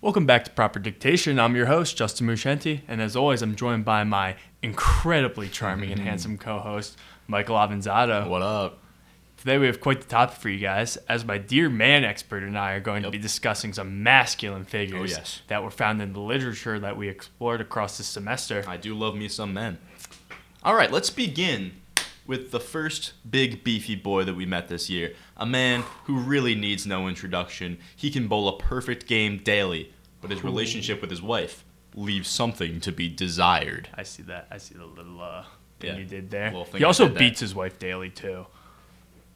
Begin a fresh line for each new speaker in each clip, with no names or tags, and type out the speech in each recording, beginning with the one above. Welcome back to Proper Dictation. I'm your host, Justin Muschenti, and as always, I'm joined by my incredibly charming and handsome co host, Michael Avanzato.
What up?
Today, we have quite the topic for you guys, as my dear man expert and I are going to be discussing some masculine figures
Oh, yes.
that were found in the literature that we explored across this semester.
I do love me some men. All right, let's begin with the first big beefy boy that we met this year. A man who really needs no introduction. He can bowl a perfect game daily, but his relationship with his wife leaves something to be desired.
I see that. I see the little uh, thing
Yeah,
you did there.
little thing
He
I
also
did there.
beats his wife daily, too.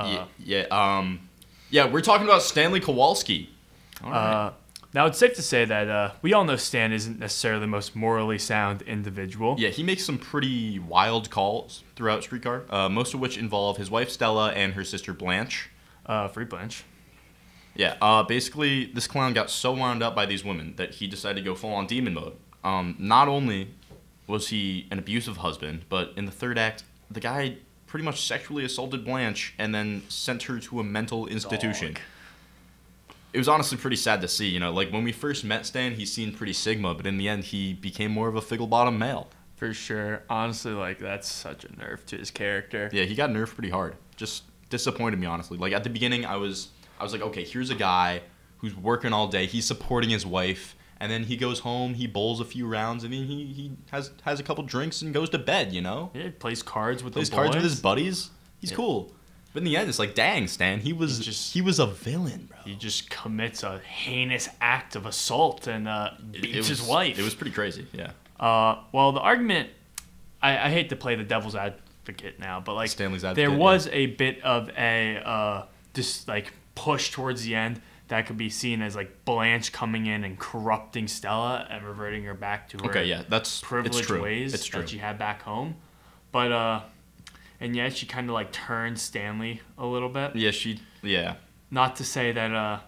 Ye- yeah, um, yeah, we're talking about Stanley Kowalski. All right.
Uh, now, it's safe to say that uh, we all know Stan isn't necessarily the most morally sound individual.
Yeah, he makes some pretty wild calls throughout Streetcar, uh, most of which involve his wife Stella and her sister Blanche.
Uh, free Blanche.
Yeah, uh, basically, this clown got so wound up by these women that he decided to go full on demon mode. Um, not only was he an abusive husband, but in the third act, the guy pretty much sexually assaulted Blanche and then sent her to a mental institution.
Dog.
It was honestly pretty sad to see, you know, like when we first met Stan, he seemed pretty Sigma, but in the end, he became more of a fickle bottom male.
For sure. Honestly, like, that's such a nerve to his character.
Yeah, he got nerfed pretty hard. Just disappointed me honestly. Like at the beginning, I was I was like, okay, here's a guy who's working all day. He's supporting his wife, and then he goes home. He bowls a few rounds, and then he he has has a couple drinks and goes to bed. You know,
Yeah, he plays cards with
plays
the
cards with
boys.
his buddies. He's
Yeah.
cool. But in the end, it's like, dang, Stan, he was
He just-
just he was a villain, bro.
He just commits a heinous act of assault and uh,
It- it
beats his
was-
wife.
It was pretty crazy. Yeah,
Uh, well, the argument, I, I hate to play the devil's advocate now, but like
Stanley's
there
advocate,
was a bit of a uh, just like push towards the end that could be seen as like Blanche coming in and corrupting Stella and reverting her back to her
Okay, yeah, that's it's
privileged
true.
ways
it's true.
that she had back home, but uh, and yet she kind of like turned Stanley a little bit.
yeah, she yeah.
Not to say that uh,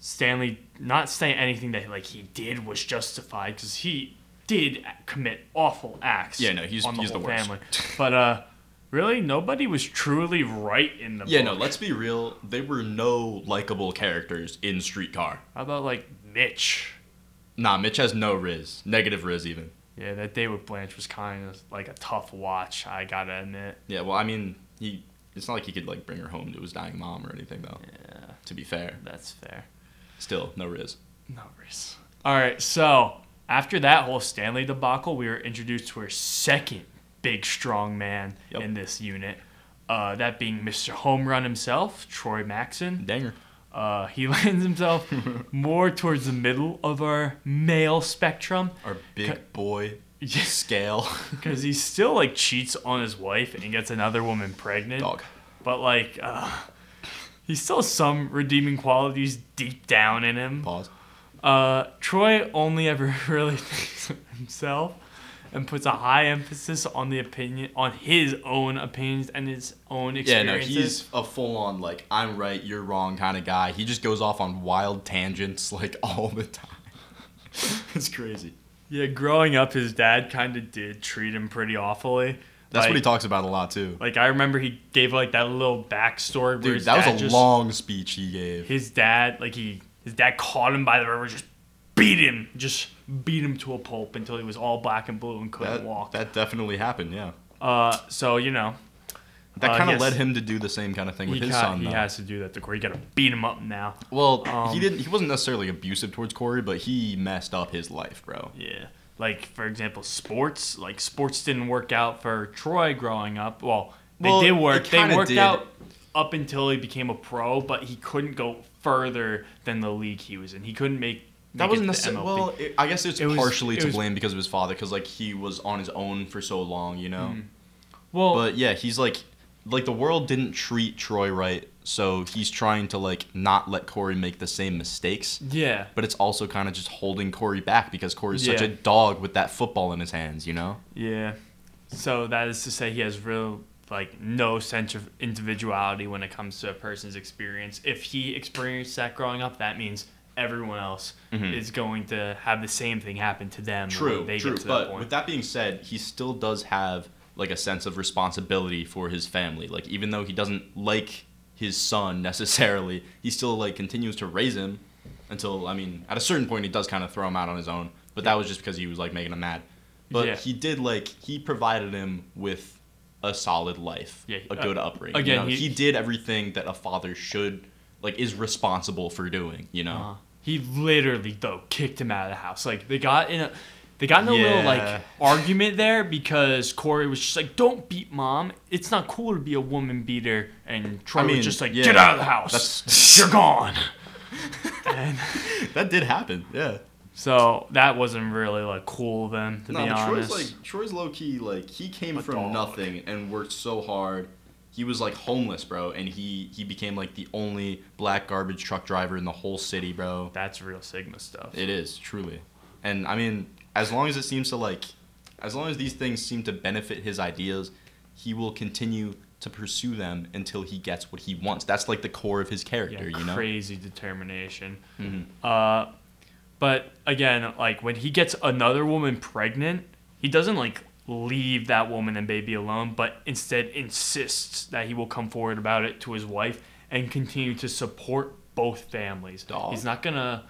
Stanley, not saying anything that like he did was justified because he did commit awful acts.
Yeah, no, he's-
on the
he's the
whole
worst.
family. But uh, really, nobody was truly right in the
Yeah, no,
book.
let's be real. There were no likable characters in Streetcar.
How about like Mitch?
Nah, Mitch has no Riz. Negative Riz, even.
Yeah, that day with Blanche was kind of like a tough watch. I gotta admit.
Yeah, well, I mean, he. It's not like he could like bring her home to his dying mom or anything, though.
Yeah,
To be fair,
that's fair.
still no Riz.
No worries. All right, so after that whole Stanley debacle, we were introduced to our second big strong man
Yep.
in this unit. Uh, that being Mr. Home Run himself, Troy Maxon.
Danger.
Uh, he lands himself more towards the middle of our male spectrum
Our big boy
because
scale
he still like cheats on his wife and gets another woman pregnant.
dog.
But like, uh, he still has some redeeming qualities deep down in him.
Pause.
Uh, Troy only ever really thinks of himself and puts a high emphasis on the opinion on his own opinions and his own
Yeah, no,
experiences.
he's a full-on like I'm right, you're wrong kind of guy. He just goes off on wild tangents like all the time. it's crazy.
yeah, growing up, his dad kind of did treat him pretty awfully.
That's
like,
what he talks about a lot too.
Like I remember, he gave like that little backstory. where
Dude,
his
that
dad
was a
just-
long speech he gave.
His dad, like he, his dad caught him by the river, just beat him, just beat him to a pulp until he was all black and blue and couldn't
That,
walk.
that definitely happened, yeah.
uh, so you know,
That
Uh,
kind of
yes.
led him to do the same kind of thing with
he,
his
ca-
son.
he
though.
has to do that to Corey. You gotta beat him up now.
Well,
Um,
he didn't. He wasn't necessarily abusive towards Corey, but he messed up his life, bro.
Yeah. Like for example, sports. Like sports didn't work out for Troy growing up. Well, they
Well,
did
it
work. They
kinda
worked
did.
out up until he became a pro, but he couldn't go further than the league he was in. He couldn't make.
That
make
wasn't
it to
necessarily.
MLB.
Well, it, I guess it's
It was-
partially
it
to
was-
blame because of his father, because like he was on his own for so long, you
Mm.
know.
Well,
But yeah, he's like, like the world didn't treat Troy right, so he's trying to like not let Corey make the same mistakes.
yeah.
But it's also kind of just holding Corey back because Corey's such
Yeah.
a dog with that football in his hands, you know.
Yeah. So that is to say he has real like no sense of individuality when it comes to a person's experience. If he experienced that growing up, that means everyone else
Mhm.
is going to have the same thing happen to them. when
True,
they
true.
Get to
but
that point.
with that being said, he still does have like a sense of responsibility for his family. Like even though he doesn't like his son necessarily, he still like continues to raise him until I mean, at a certain point, he does kind of throw him out on his own. But that was just because he was like making him mad. But
Yeah.
he did like he provided him with a solid life,
Yeah,
a
uh,
good upbringing. you
again,
know?
he-
he did everything that a father should, like, is responsible for doing. You know.
Uh, he literally though kicked him out of the house. Like they got in a they got in a little
Yeah.
like argument there because Corey was just like, "Don't beat mom. It's not cool to be a woman beater." And Troy
mean,
was just like,
yeah,
"Get out of the house.
that's-
You're gone." and
That did happen. Yeah.
so that wasn't really like cool of them to
No,
be
but
honest.
Troy's like Troy's low key like he came
A
from
dog.
nothing and worked so hard. He was like homeless, bro, and he he became like the only black garbage truck driver in the whole city, bro.
That's real Sigma stuff.
It is truly, and I mean, as long as it seems to like, as long as these things seem to benefit his ideas, he will continue to pursue them until he gets what he wants. That's like the core of his
yeah,
character, you know.
crazy determination.
Mhm.
Uh, but again, like when he gets another woman pregnant, he doesn't like leave that woman and baby alone, but instead insists that he will come forward about it to his wife and continue to support both families.
Dog.
He's not gonna,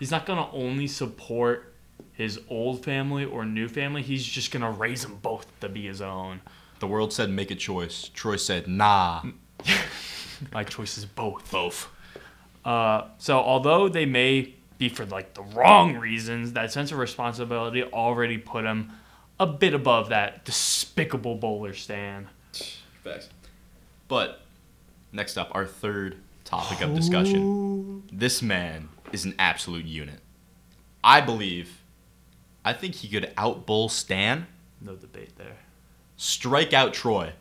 he's not gonna only support his old family or new family. He's just gonna raise them both to be his own.
The world said make a choice. Troy said nah.
My choice is both. Both. Uh, so although they may be for like the wrong reasons, that sense of responsibility already put him a bit above that despicable bowler stand.
Facts. But next up, our third topic of discussion. This man is an absolute unit. I believe, I think he could outbull Stan,
No debate there.
strike out Troy,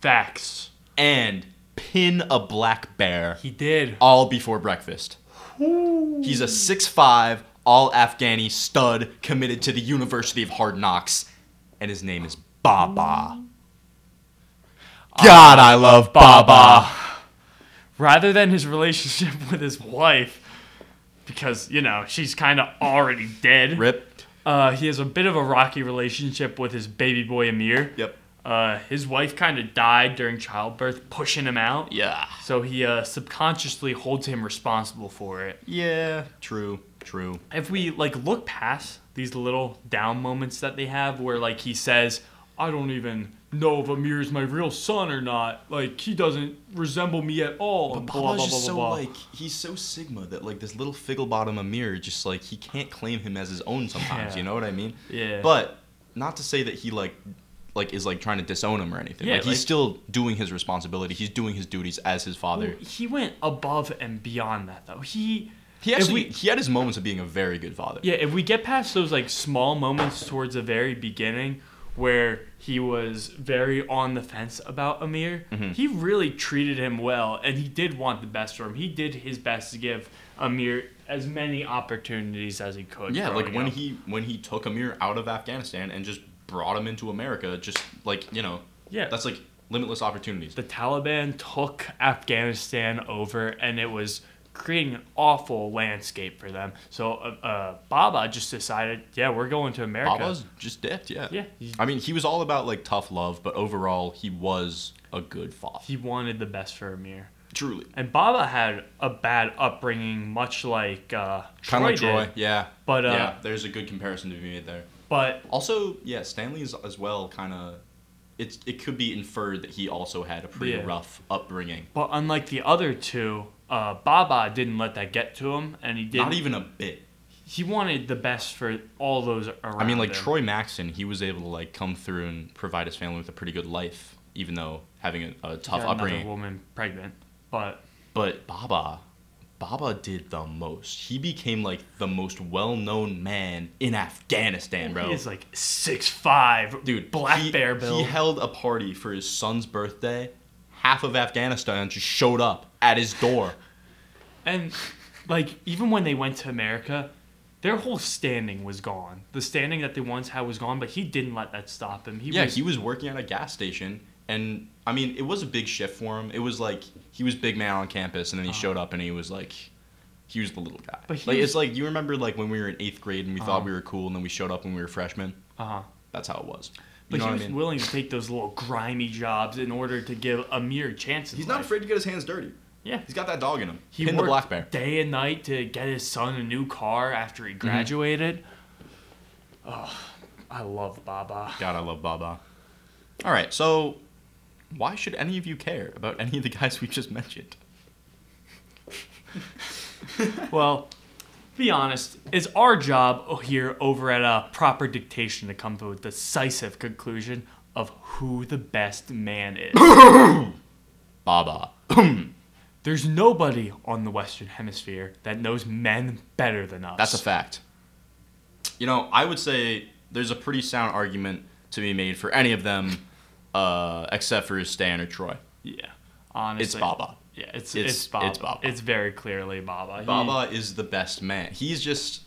Facts.
and pin a black bear
He did.
all before breakfast. He's a 6'5, all Afghani stud committed to the University of Hard Knocks, and his name is Baba. God, I love Baba.
Rather than his relationship with his wife, because you know she's kind of already dead.
Rip.
Uh, he has a bit of a rocky relationship with his baby boy Amir.
Yep.
Uh, his wife kind of died during childbirth, pushing him out.
Yeah.
So he uh, subconsciously holds him responsible for it.
Yeah. True. True.
If we like look past these little down moments that they have, where like he says, "I don't even know if Amir is my real son or not. Like he doesn't resemble me at all." and
But
blah blah
Baba's
blah blah
just so
blah.
like he's so Sigma that like this little fickle bottom Amir just like he can't claim him as his own sometimes.
Yeah.
You know what I mean?
yeah.
But not to say that he like like is like trying to disown him or anything.
Yeah,
like,
like-
he's still doing his responsibility. He's doing his duties as his father.
he went above and beyond that though. He
He
if
actually
we-
he had his moments of being a very good father.
Yeah, if we get past those like small moments towards the very beginning where he was very on the fence about Amir,
Mm-hmm.
he really treated him well and he did want the best for him. He did his best to give Amir as many opportunities as he could.
Yeah, like
growing
when
up.
he when he took Amir out of Afghanistan and just brought him into America, just like you know,
Yeah.
that's like limitless opportunities.
the Taliban took Afghanistan over and it was creating an awful landscape for them. So uh, uh, Baba just decided, yeah, we're going to America.
Baba's just dipped, yeah.
Yeah, he-
I mean, he was all about like tough love, but overall, he was a good father.
he wanted the best for Amir.
Truly,
And Baba had a bad upbringing, much like uh, Troy,
kind of like
did,
Troy, yeah.
But, uh,
yeah, there's a good comparison to be made there.
But
Also, yeah, Stanley's as well. Kind of, it's it could be inferred that he also had a pretty
Yeah.
rough upbringing.
but unlike the other two, uh, Baba didn't let that get to him, and he did.
Not even a bit.
He wanted the best for all those around.
I mean, like
him.
Troy Maxson, he was able to like come through and provide his family with a pretty good life, even though having a, a
He got
tough
another
upbringing.
woman pregnant, but
But Baba, Baba did the most. He became like the most well-known man in Afghanistan, bro.
he is like six five,
Dude,
Black
he-
Bear Bill.
He held a party for his son's birthday. Half of Afghanistan just showed up at his door.
And like even when they went to America, their whole standing was gone. The standing that they once had was gone, but he didn't let that stop him. He
yeah,
was
he was working at a gas station, and I mean, it was a big shift for him. It was like he was big man on campus, and then he showed up, and he was like, he was the little guy.
Uh-huh. But he
like
was-
it's like you remember like when we were in eighth grade and we thought
Uh-huh.
we were cool, and then we showed up when we were freshmen.
uh-huh.
That's how it was.
But
You know
he
what
was
I mean?
willing to take those little grimy jobs in order to give Amir chances.
He's not afraid to get his hands dirty.
Yeah.
He's got that dog in him.
He
Pinned
worked
the black bear. Mm-hmm.
day and night to get his son a new car after he graduated. Oh, I love Baba.
God, I love Baba. All right, so why should any of you care about any of the guys we just mentioned?
Well, be honest, it's our job o- here over at uh, Proper Dictation to come to a decisive conclusion of who the best man is.
Baba.
There's nobody on the Western Hemisphere that knows men better than us.
That's a fact. You know, I would say there's a pretty sound argument to be made for any of them, uh, except for Stan or Troy.
Yeah. Honestly.
It's Baba.
Yeah, it's
It's-
it's, Baba.
it's
It's
Baba.
very clearly Baba. He-
Baba is the best man. He's just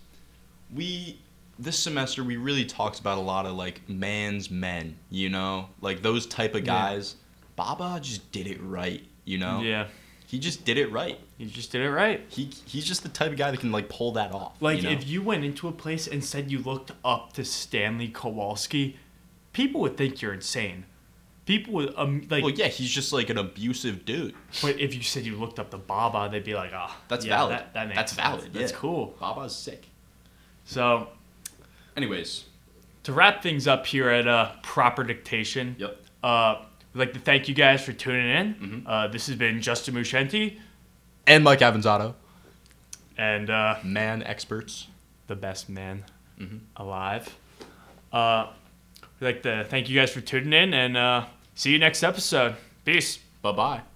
we this semester we really talked about a lot of like man's men, you know? Like those type of guys. Baba just did it right, you know?
yeah.
He just did it right.
You just did it right.
He he's just the type of guy that can like pull that off.
Like
you know?
if you went into a place and said you looked up to Stanley Kowalski, people would think you're insane. People would um, like
Well, yeah, he's just like an abusive dude.
but if you said you looked up to Baba, they'd be like, "Ah,
That's
yeah,
valid.
That, that makes
That's
sense.
valid,
That's
yeah.
cool."
Baba's sick.
So,
Anyways,
to wrap things up here at uh, Proper Dictation,
yep.
uh, we'd like to thank you guys for tuning in. Uh, this has been Justin Muschenti
And Mike Avanzato,
and uh,
man experts.
the best man alive. Uh, we'd like to thank you guys for tuning in and uh, see you next episode. Peace.
Bye bye.